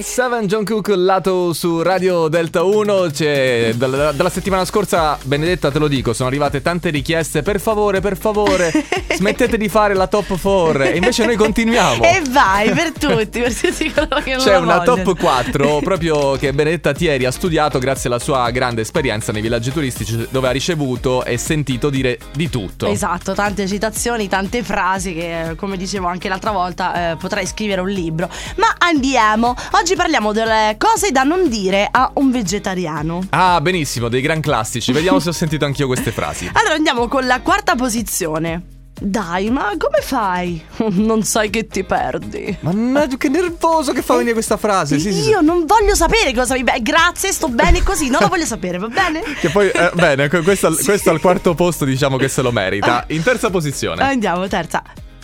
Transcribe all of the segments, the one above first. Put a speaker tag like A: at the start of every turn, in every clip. A: 7 John Cook lato su Radio Delta 1 c'è dalla, dalla settimana scorsa Benedetta te lo dico sono arrivate tante richieste per favore per favore smettete di fare la top 4 e invece noi continuiamo
B: E vai per tutti, per tutti coloro che non
A: c'è
B: la
A: una
B: vogliono.
A: top 4 proprio che Benedetta Thierry ha studiato grazie alla sua grande esperienza nei villaggi turistici dove ha ricevuto e sentito dire di tutto.
B: Esatto, tante citazioni, tante frasi che eh, come dicevo anche l'altra volta eh, potrei scrivere un libro. Ma andiamo, oggi parliamo delle cose da non dire a un vegetariano.
A: Ah, benissimo, dei gran classici. Vediamo se ho sentito anch'io queste frasi.
B: Allora andiamo con la quarta posizione. Dai, ma come fai? Non sai che ti perdi.
A: Mannaggia, che nervoso che fa venire questa frase. Sì, sì, sì.
B: Io non voglio sapere cosa mi... Beh, grazie, sto bene così, non lo voglio sapere, va bene?
A: Che poi, eh, bene, que- questo, al-
B: Sì. Ah.
A: questo al quarto posto diciamo che se lo merita. In terza posizione.
B: Andiamo, terza.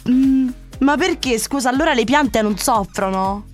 B: Mm, ma perché, scusa, allora le piante non soffrono?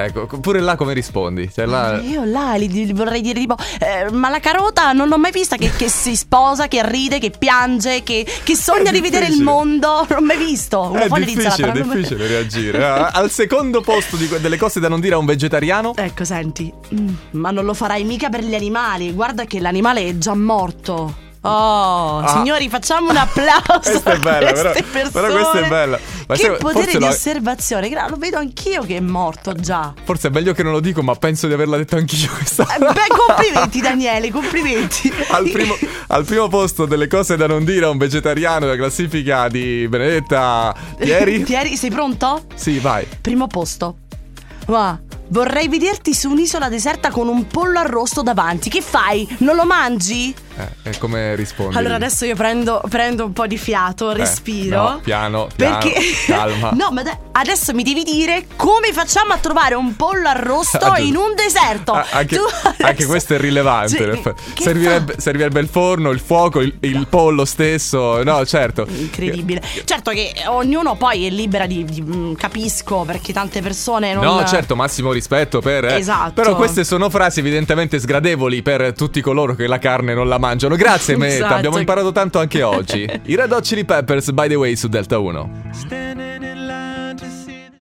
A: Ecco, co- pure là come rispondi? Cioè, là...
B: Io là li- li vorrei dire tipo, eh, ma la carota non l'ho mai vista che, che si sposa, che ride, che piange, che, che sogna di vedere il
A: difficile.
B: mondo. Non l'ho mai visto. Una
A: È
B: foglia di
A: difficile,
B: insalata, non l'ho mai-
A: difficile reagire. Ah, Al secondo posto di que- delle cose da non dire a un vegetariano,
B: Ecco, senti, mm, ma non lo farai mica per gli animali. Guarda che l'animale è già morto. Oh, signori, facciamo un applauso.
A: Ah. Questa è
B: a
A: bella, però-
B: queste
A: però
B: persone.
A: questa è bella. Ma
B: che
A: sai,
B: potere
A: forse
B: di
A: la-
B: osservazione. Gra- Lo vedo anch'io che è morto già.
A: forse è meglio che non lo dico, ma penso di averla detto anch'io questa.
B: Eh, Beh, complimenti, Daniele, complimenti.
A: Al primo, al primo posto delle cose da non dire a un vegetariano della classifica di Benedetta ieri.
B: Thierry, sei pronto?
A: Sì, vai.
B: Primo posto. Ma vorrei vederti su un'isola deserta con un pollo arrosto davanti. Che fai? Non lo mangi?
A: Eh, e come rispondi?
B: Allora adesso io prendo, prendo un po' di fiato,
A: Eh,
B: respiro.
A: no, piano, piano,
B: Perché...
A: calma.
B: no, ma da- adesso mi devi dire come facciamo a trovare un pollo arrosto
A: Ah,
B: in
A: giusto.
B: un deserto.
A: Ah, anche,
B: Tu adesso-
A: anche questo è rilevante.
B: Cioè,
A: in effetti.
B: che
A: servirebbe, servirebbe il forno, il fuoco, il, il pollo stesso. No, certo.
B: Incredibile. Certo che ognuno poi è libera di, di- mm, capisco perché tante persone non
A: No, certo, massimo rispetto per. eh.
B: Esatto.
A: Però queste sono frasi evidentemente sgradevoli per tutti coloro che la carne non la mangiano. Grazie, Meta.
B: Esatto.
A: Abbiamo imparato tanto anche oggi. I Red Hot Chili Peppers, by the way, su Delta 1.
C: Still